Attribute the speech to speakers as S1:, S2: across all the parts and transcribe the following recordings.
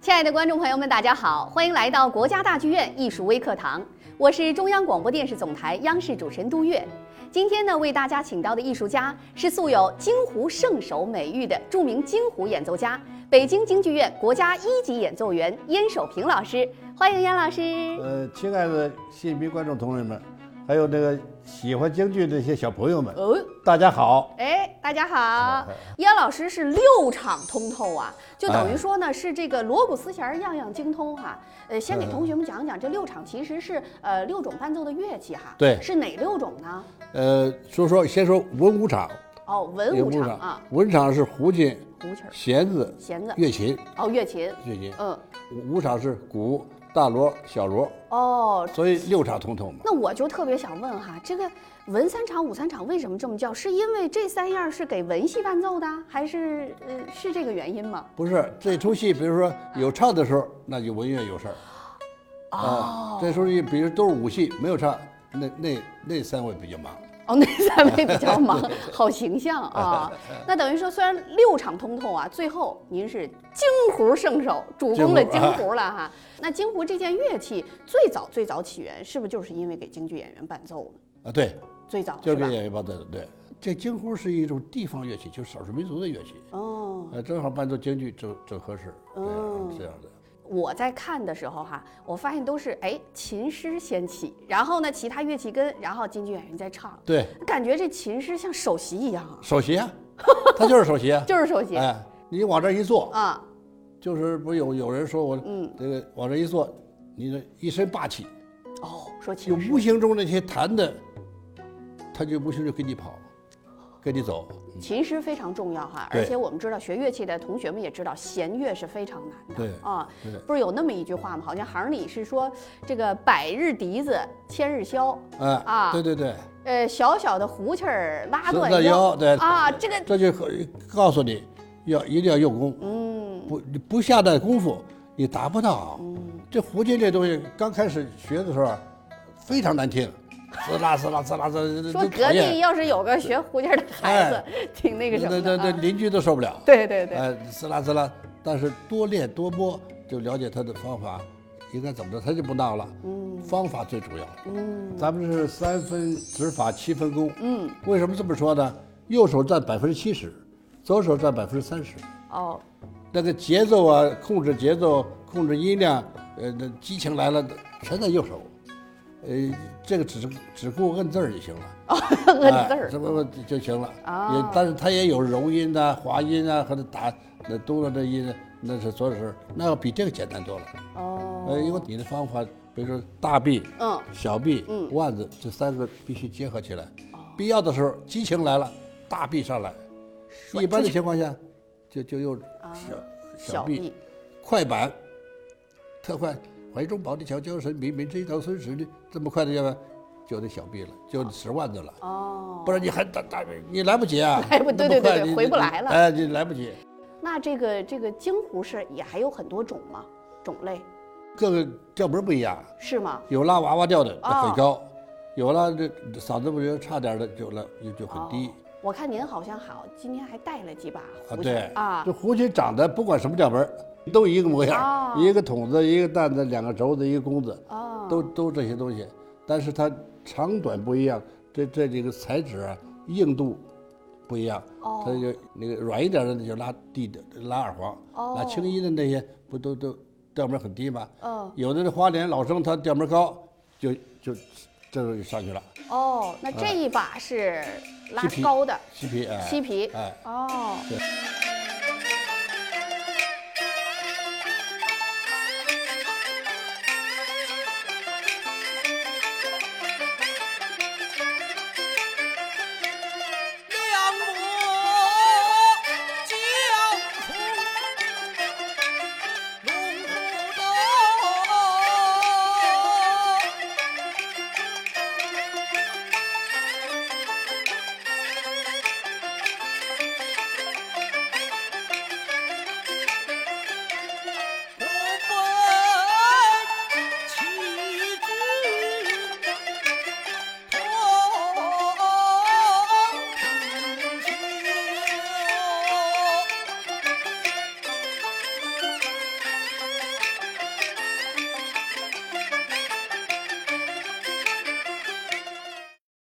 S1: 亲爱的观众朋友们，大家好，欢迎来到国家大剧院艺术微课堂，我是中央广播电视总台央视主持人杜月。今天呢，为大家请到的艺术家是素有“京胡圣手”美誉的著名京胡演奏家、北京京剧院国家一级演奏员燕守平老师，欢迎燕老师。
S2: 呃，亲爱的新民观众同志们，还有那个喜欢京剧这些小朋友们，
S1: 哦，
S2: 大家好。
S1: 哎，大家好，燕老师是六场通透啊，就等于说呢是这个锣鼓丝弦儿样样精通哈、呃，先给
S2: 嗯
S1: 同学们讲讲这六场其实是呃六种伴奏的乐器哈，
S2: 对
S1: 是哪六种呢？
S2: 呃，说说先说文武场，
S1: 哦，文武场啊，，
S2: 文场是胡琴、
S1: 胡琴儿、
S2: 弦子、
S1: 弦子，
S2: 乐琴、
S1: 哦，乐琴，
S2: 乐琴，
S1: 嗯，
S2: 武场是鼓、大锣、小锣，
S1: 哦，
S2: 所以六场通通嘛。
S1: 那我就特别想问哈，这个文三场、武三场为什么这么叫？是因为这三样是给文戏伴奏的，还是呃是这个原因吗？
S2: 不是这出戏，比如说有唱的时候，那就文乐有事儿啊。
S1: 哦，
S2: 这出戏，比如都是武戏，没有唱，那那那三位比较忙。
S1: 哦，那三位比较忙，好形象 啊。那等于说，虽然六场通透啊，最后您是京胡圣手，主攻了京
S2: 京胡
S1: 胡了
S2: 啊
S1: 哈。那京胡这件乐器最早最早起源是不是就是因为给京剧演员伴奏呢？
S2: 啊，对，
S1: 最早
S2: 就是
S1: 吧
S2: 给？演员伴奏的。对，这京胡是一种地方乐器，就是少数民族的乐器，
S1: 哦，
S2: 呃，正好伴奏京剧正正合适。对
S1: 嗯
S2: 这样的。
S1: 我在看的时候哈，我发现都是哎琴师先起，然后呢其他乐器跟，然后京剧演员在唱，
S2: 对，
S1: 感觉这琴师像首席一样啊，
S2: 首 席啊，他就是首席啊。
S1: 就是首席、
S2: 哎，你往这一坐，
S1: 啊，
S2: 就是不是有有人说我
S1: 嗯，
S2: 这个往这一坐，你的一身霸气，
S1: 哦，说
S2: 就
S1: 琴师
S2: 无形中那些弹的，他就无形就跟你跑，跟你走。
S1: 琴师非常重要哈，
S2: 对
S1: 而且我们知道学乐器的同学们也知道，弦乐是非常难
S2: 对
S1: 的啊。
S2: 对，
S1: 不是有那么一句话吗？好像行里是说这个百日笛子千日箫，
S2: 哎
S1: 啊
S2: 对对对，
S1: 呃，小小的胡琴儿拉断
S2: 断
S1: 腰
S2: 腰，对
S1: 啊，这个
S2: 这就和告诉你要一定要用功。
S1: 嗯
S2: 不你不下点功夫，你达不到。这胡琴这东西刚开始学的时候啊，非常难听，滋啦滋啦滋啦滋啦，
S1: 说
S2: 这
S1: 隔
S2: 讨
S1: 壁
S2: 厌。
S1: 要是有个学胡琴儿的孩子，挺那个什么
S2: 那
S1: 的
S2: 那那
S1: 啊。
S2: 邻居都受不了。
S1: 哎对对对，
S2: 哎，滋啦滋啦，但是多练多摸，就了解他的方法，应该怎么着，他就不闹了。
S1: 嗯
S2: 方法最主要。
S1: 嗯
S2: 咱们是三分指法，七分功。
S1: 嗯，
S2: 为什么这么说呢？右手占百分之七十，左手占百分之三十。
S1: 哦，
S2: 那个节奏啊，控制节奏，控制音量，呃，那激情来了，全在右手。呃，这个只是只顾摁字儿就行了，
S1: 摁字
S2: 哎
S1: 儿
S2: 这不不就行了。
S1: 啊
S2: 也，但是它也有柔音呐、滑音啊，和那打那嘟噜的音，那是左手，那要比这个简单多了。呃，因
S1: 哦，
S2: 为你的方法，比如说大臂、
S1: 嗯，
S2: 小臂、
S1: 嗯
S2: 腕子这三个必须结合起来
S1: 哦。
S2: 必要的时候，激情来了，大臂上来。一般的情况下，就就用小
S1: 啊小
S2: 小臂
S1: 臂，
S2: 快板，特快，怀中宝的乔江神明明这一道孙石的，这么快的要不要就得小臂了，就使腕子了，
S1: 哦，
S2: 不然你还打打你来不 及啊！
S1: 来不
S2: 那
S1: 对
S2: 么
S1: 对对
S2: 快
S1: 对
S2: 你
S1: 回不
S2: 你
S1: 来了
S2: 哎，你来不及。
S1: 那这个这个京胡是也还有很多种吗？种类
S2: 各个调门不一样，
S1: 是吗？
S2: 有拉娃娃调的
S1: 哦
S2: 很高，有拉这嗓子不觉得差点的就拉就就很低
S1: 哦。我看您好像好，今天还带了几把
S2: 啊，
S1: 胡琴
S2: 对
S1: 儿啊
S2: 这，胡琴长得不管什么调门儿都一个模
S1: 哦
S2: 样，一个筒子，一个担子，两个轴子，一个弓子，
S1: 哦，
S2: 都都这些东西，但是它长短不一样，这这里个材质啊，硬度不一样，
S1: 哦
S2: 它就那个软一点的那就拉低的拉二黄，
S1: 哦
S2: 拉青衣的那些不都都调门很低吗？
S1: 嗯
S2: 有的那花脸老生他调门高，就就这就上去了，
S1: 哦，那这一把是拉
S2: 啊漆皮
S1: 高的
S2: 西皮哎，
S1: 漆皮，
S2: 哎，
S1: 哦，
S2: 对
S3: 两母交出龙虎斗，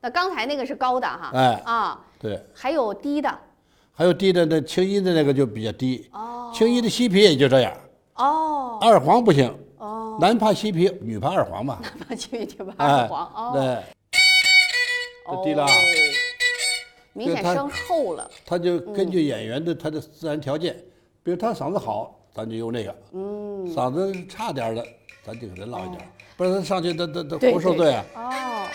S1: 那刚才那个是高的哈，
S2: 哎
S1: 啊，
S2: 对，
S1: 还有低的
S2: 还有低的那青衣的那个就比较低，
S1: 哦
S2: 青衣的西皮也就这样，
S1: 哦
S2: 二黄不行，
S1: 哦，
S2: 男怕西皮，女怕二黄嘛，
S1: 那去去吧，
S2: 哎
S1: 二黄哦，
S2: 对，
S1: 哦
S2: 这低了啊
S1: 明显
S2: 它
S1: 声厚了，
S2: 他就
S1: 嗯
S2: 根据演员的他的自然条件，比如他嗓子好，咱就用那个，
S1: 嗯，哦
S2: 嗓子差点儿的，咱就给他唠一点儿，不然他上去他他他
S1: 对
S2: 活受罪啊。
S1: 哦。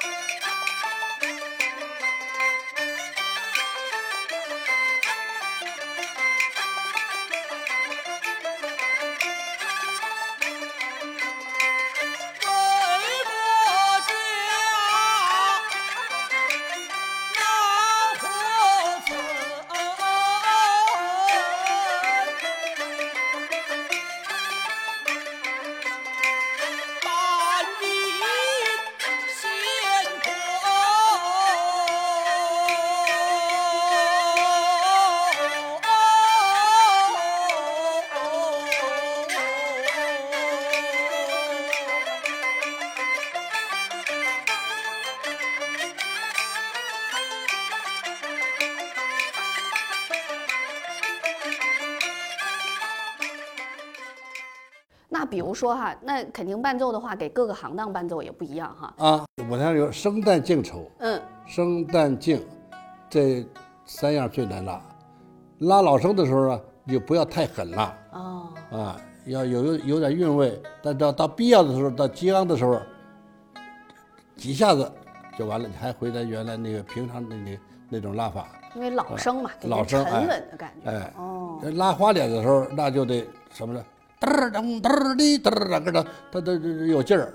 S3: 回过家，老婆子，满地鲜花。
S1: 那比如说哈，那肯定伴奏的话，给各个行当伴奏也不一样哈。
S2: 啊，我那儿有生旦净丑，
S1: 嗯，
S2: 生旦净这三样最难拉。拉老生的时候啊，你就不要太狠拉
S1: 哦，
S2: 啊，要有有有点韵味。但到到必要的时候，到激昂的时候，几下子就完了，你还回到原来那个平常的那那种拉法。
S1: 因为老生嘛，给
S2: 老
S1: 人
S2: 生
S1: 沉
S2: 哎
S1: 稳的感觉。
S2: 哎
S1: 哦，
S2: 拉花脸的时候，那就得什么呢？嘚儿噔嘚儿哩嘚儿啷个的，它都有劲儿，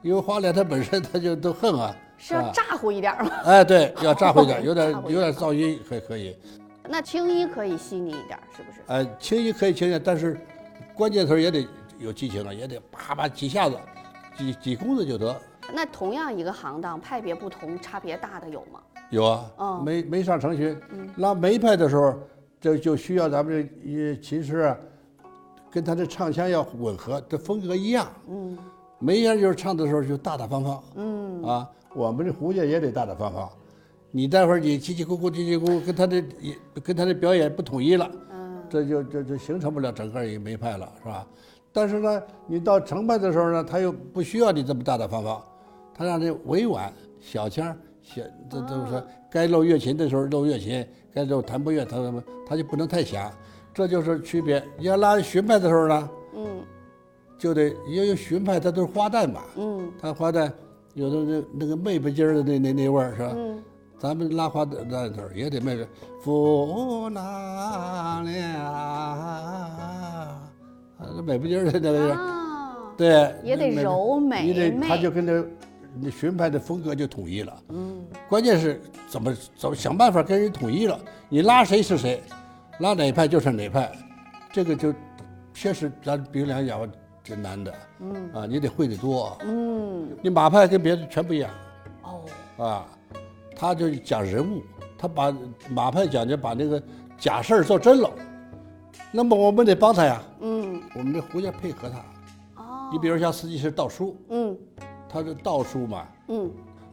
S2: 因为花脸它本身它就都横啊，
S1: 是要
S2: 啊
S1: 炸呼一点儿吗？
S2: 哎，对，要炸回点，有点
S1: 炸回
S2: 有点噪音可以可以，
S1: 那青衣可以细腻一点儿，是不是？
S2: 呃，轻易可以轻易，但是关键词儿也得有激情啊，也得叭叭几下子，几几公子就得。
S1: 那同样一个行当，派别不同，差别大的有吗？
S2: 有啊，
S1: 哦嗯
S2: 梅梅上成群，拉梅派的时候，这就需要咱们这呃琴师啊，跟他的唱腔要吻合，这风格一样。
S1: 嗯，
S2: 梅艳就是唱的时候就大大方方，嗯啊，我们这胡家也得大大方方。你待会儿你叽叽咕咕叽叽咕咕，跟他的也跟他的表演不统一了，
S1: 嗯，
S2: 这就这就形成不了整个一个梅派了，是吧？但是呢，你到成派的时候呢，他又不需要你这么大大方方，他让这委婉小腔儿小，这都
S1: 哦
S2: 是该露月琴的时候露月琴，该露弹拨乐他他他就不能太狭，这就是区别。你要拉荀派的时候呢，
S1: 嗯
S2: 就得因为荀派它都是花旦嘛，
S1: 嗯
S2: 它花旦有的那那个妹妹劲儿的那那那味儿是吧？
S1: 嗯，
S2: 咱们拉花旦那头也得妹妹，夫那俩，那妹妹劲儿的那个劲儿，
S1: 啊，
S2: 对，
S1: 也得
S2: 那
S1: 柔美
S2: 你得
S1: 媚
S2: 他就跟那那荀派的风格就统一了。
S1: 嗯
S2: 关键是怎么怎么想办法跟人统一了，你拉谁是谁，拉哪派就是哪派，这个就确实咱鼻梁咬挺难的
S1: 嗯
S2: 啊，你得会得多，
S1: 嗯，
S2: 你马派跟别的全不一样
S1: 哦，
S2: 啊，他就讲人物，他把马派讲究把那个假事儿做真了，那么我们得帮他呀，
S1: 嗯
S2: 我们这胡家配合他，
S1: 哦，
S2: 你比如像司机是盗书，
S1: 嗯
S2: 他是盗书嘛，
S1: 嗯，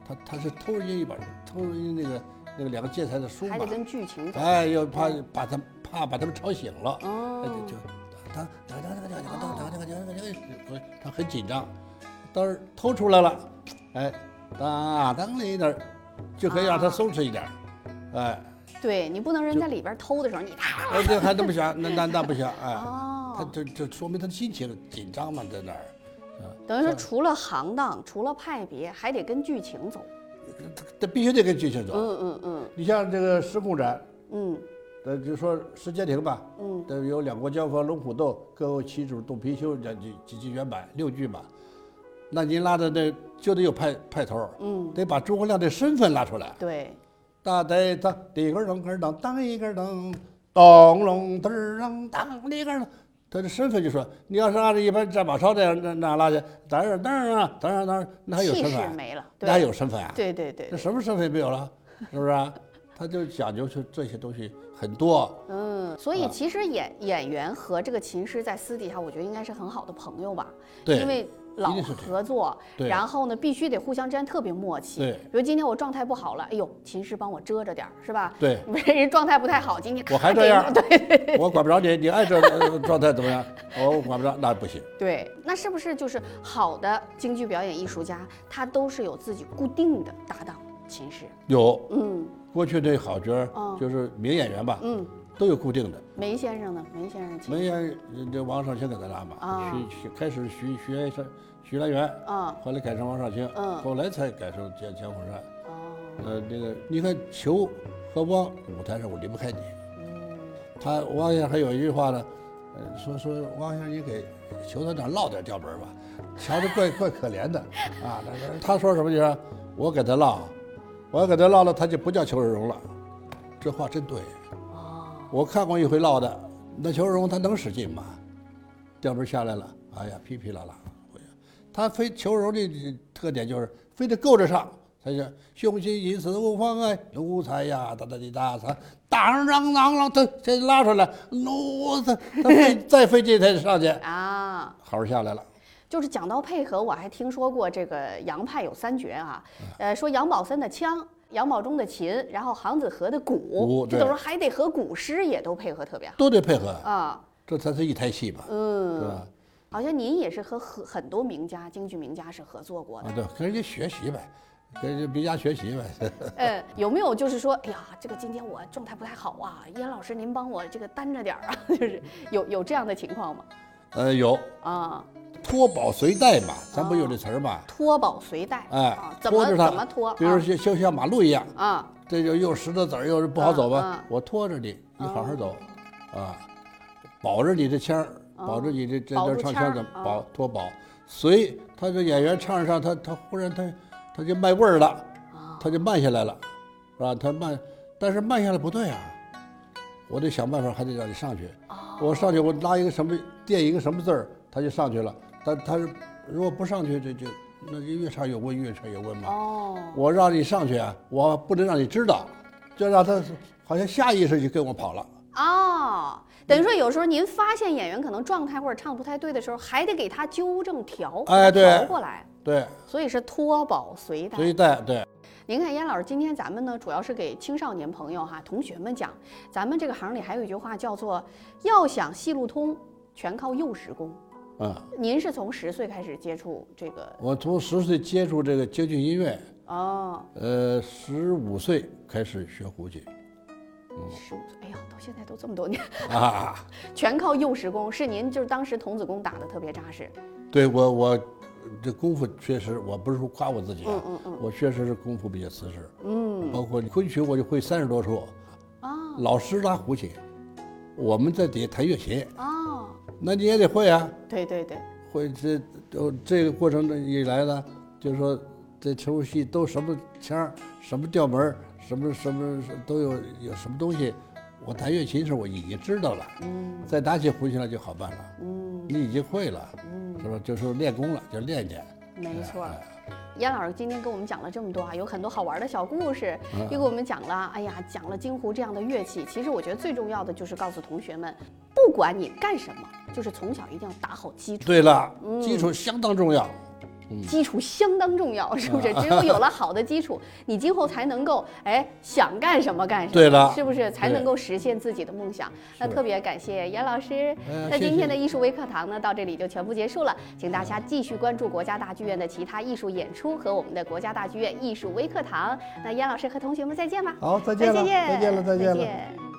S2: 他他是偷人家一本偷人家那个那个两个借财的书嘛
S1: 还得。跟剧情走。
S2: 哎，要怕把他们怕把他们吵醒了，哎
S1: 哦，
S2: 就他他他他他很紧张，到时候偷出来了，哎，当当了一点儿，就可以让他松弛一点儿，哎，
S1: 对你不能人在里边偷的时候你啪。
S2: 哎，这还那不行，那那那不行，哎，
S1: 啊哦
S2: 他这这说明他的心情紧张嘛，在那儿，
S1: 等于说，除了行当，除了派别，还得跟剧情走。
S2: 他他必须得跟剧情走。
S1: 嗯嗯
S2: 你像这个失控斩，
S1: 嗯
S2: 呃，就说石阶亭吧，
S1: 嗯
S2: 这有两国交锋、龙虎斗、各为其主、董貔貅这几几句原版六句嘛。那您拉的那就得有派派头儿，
S1: 嗯嗯，
S2: 得把诸葛亮的身份拉出来。
S1: 对，
S2: 大呆当里根儿楞根儿当当一根儿当，咚隆嘚儿啷当里根儿啷。他的身份就说，你要是按照一般战马超这样那那拉去，当儿当儿啊，当儿当儿，那还有
S1: 气
S2: 身
S1: 势
S2: 份，
S1: 没了，对
S2: 那还有身份啊？
S1: 对对对
S2: 那
S1: 对，
S2: 什么身份没有了？是不是啊？他就讲究是这些东西很多。
S1: 嗯，所
S2: 啊
S1: 以其实演演员和这个琴师在私底下，我觉得应该是很好的朋友吧，
S2: 对
S1: 因为老
S2: 一定是这样
S1: 合作，
S2: 对
S1: 然后呢，必须得互相之间特别默契。
S2: 对
S1: 比如今天我状态不好了，哎呦，琴师帮我遮着点儿，是吧？
S2: 对，
S1: 人状态不太好，今天
S2: 我还
S1: 咔
S2: 这
S1: 给
S2: 样
S1: 你对对
S2: 我管不着你，你爱这呃状态怎么样？我管不着，那不行。
S1: 对，那是不是就是好的京剧表演艺术家，他都是有自己固定的搭档琴师？
S2: 有
S1: 嗯
S2: 过去这好角
S1: 嗯
S2: 儿，就是名演员吧，
S1: 嗯，
S2: 都有固定的。
S1: 梅先生呢？梅先生琴
S2: 梅艳这王少卿给他拉
S1: 啊
S2: 嘛，徐徐开始徐徐徐徐来元，
S1: 啊
S2: 后来改成王少卿，
S1: 嗯
S2: 后来才改成江江虎山。
S1: 哦，
S2: 呃，这个你看球和汪舞台上我离不开你。他汪先生还有一句话呢，呃，说说汪先生你给球团长落点调门儿吧，瞧着怪怪可怜的啊。他说他说什么就是我给他落，我要给他落了，他就不叫裘世荣了。这话真对。我看过一回落的，那裘世荣他能使劲吗？调门儿下来了，哎呀，噼噼啦啦。回来他非裘世荣的特点就是非得够着上，他就胸襟以此无妨哎碍，奴才呀，哒哒滴哒哒，当啷啷啷，他这拉出来，奴才，他费再费劲他就上去，
S1: 啊，
S2: 好好下来了。
S1: 就是讲到配合，我还听说过这个杨派有三绝啊，呃，说杨宝森的腔。杨宝忠的琴，然后杭子和的鼓，
S2: 鼓
S1: 这
S2: 对
S1: 等于还得和鼓师也都配合特别好
S2: 都得配合，
S1: 啊。
S2: 这才是一台戏嘛，
S1: 嗯，
S2: 是吧？
S1: 好像您也是和很很多名家、京剧名家是合作过的
S2: 啊，。对，跟人家学习呗，跟人家别家学习呗。
S1: 呃，有没有就是说，哎呀，这个今天我状态不太好啊，燕老师您帮我这个担着点儿啊， 就是有有这样的情况吗？
S2: 呃，有
S1: 啊，
S2: 脱宝随带嘛，咱不有这词儿嘛？
S1: 拖宝随带，
S2: 哎
S1: 啊，怎
S2: 拖
S1: 么
S2: 着它，
S1: 怎么拖？
S2: 比如就就像马路一样，
S1: 啊啊，
S2: 这就又石头子儿，又是不好走吧？
S1: 嗯嗯
S2: 我拖着你，你好好走，啊，保着你的腔儿，
S1: 哦
S2: 保着你这这
S1: 保
S2: 这
S1: 住
S2: 唱
S1: 腔儿
S2: 腔怎么
S1: 嗯
S2: 保脱保？随他这演员唱着唱，他他忽然他他就卖味儿了，
S1: 哦
S2: 他就慢下来了，是吧？他慢，但是慢下来不对啊，我得想办法还得让你上去。
S1: 哦
S2: 我上去我拉一个什么垫一个什么字儿，他就上去了。但他是如果不上去，这就那就越唱越温，越唱越温嘛。
S1: 哦，
S2: 我让你上去啊，我不能让你知道，就让他好像下意识就跟我跑了。
S1: 哦，等于说有时候您发现演员可能状态或者唱得不太对的时候，还得给他纠正调，
S2: 哎对
S1: 调过来，
S2: 对，
S1: 所以是拖宝随带
S2: 所。以带对
S1: 您看，燕老师，今天咱们呢，主要是给青少年朋友哈、同学们讲，咱们这个行里还有一句话叫做“要想戏路通，全靠幼时功
S2: 啊、”。
S1: 您是从十岁开始接触这个
S2: 我从十岁接触这个京剧音乐，
S1: 哦，
S2: 呃，十五岁开始学胡琴嗯
S1: 十五岁，哎呀，到现在都这么多年，
S2: 啊。
S1: 全靠幼时功，是您就是当时童子功打得特别扎实。
S2: 对我我这功夫确实，我不是说夸我自己啊，
S1: 嗯嗯
S2: 我确实是功夫比较瓷实。
S1: 嗯
S2: 包括昆曲我就会三十多处，
S1: 啊
S2: 老师拉胡琴，我们在底下弹乐琴，
S1: 哦，
S2: 那你也得会啊。
S1: 对对对，
S2: 会这都这个过程中以来呢，就是说这陈武戏都什么腔儿、什么调门儿、什么什么都有有什么东西，我弹乐琴时候我已经知道了，
S1: 嗯
S2: 再拿起胡琴来就好办了，
S1: 嗯
S2: 你已经会了，
S1: 嗯，
S2: 是吧？就是练功了，就练练。
S1: 没错儿。
S2: 哎
S1: 燕老师今天跟我们讲了这么多啊，有很多好玩的小故事，
S2: 嗯
S1: 又给我们讲了，哎呀，讲了京胡这样的乐器。其实我觉得最重要的就是告诉同学们，不管你干什么，就是从小一定要打好基础，
S2: 对了，
S1: 嗯
S2: 基础相当重要。嗯
S1: 基础相当重要，是不是？只有有了好的基础，你今后才能够哎想干什么干什么，
S2: 对了
S1: 是不是才
S2: 啊对
S1: 能够实现自己的梦想？那
S2: 是
S1: 特别感谢严老师。
S2: 嗯
S1: 那
S2: 谢
S1: 今天
S2: 谢
S1: 的艺术微课堂呢，到这里就全部结束了，请大家继续关注国家大剧院的其他艺术演出和我们的国家大剧院艺术微课堂。那严老师和同学们再见吧。
S2: 好，再见了，
S1: 再见，
S2: 再见了，再见了。
S1: 见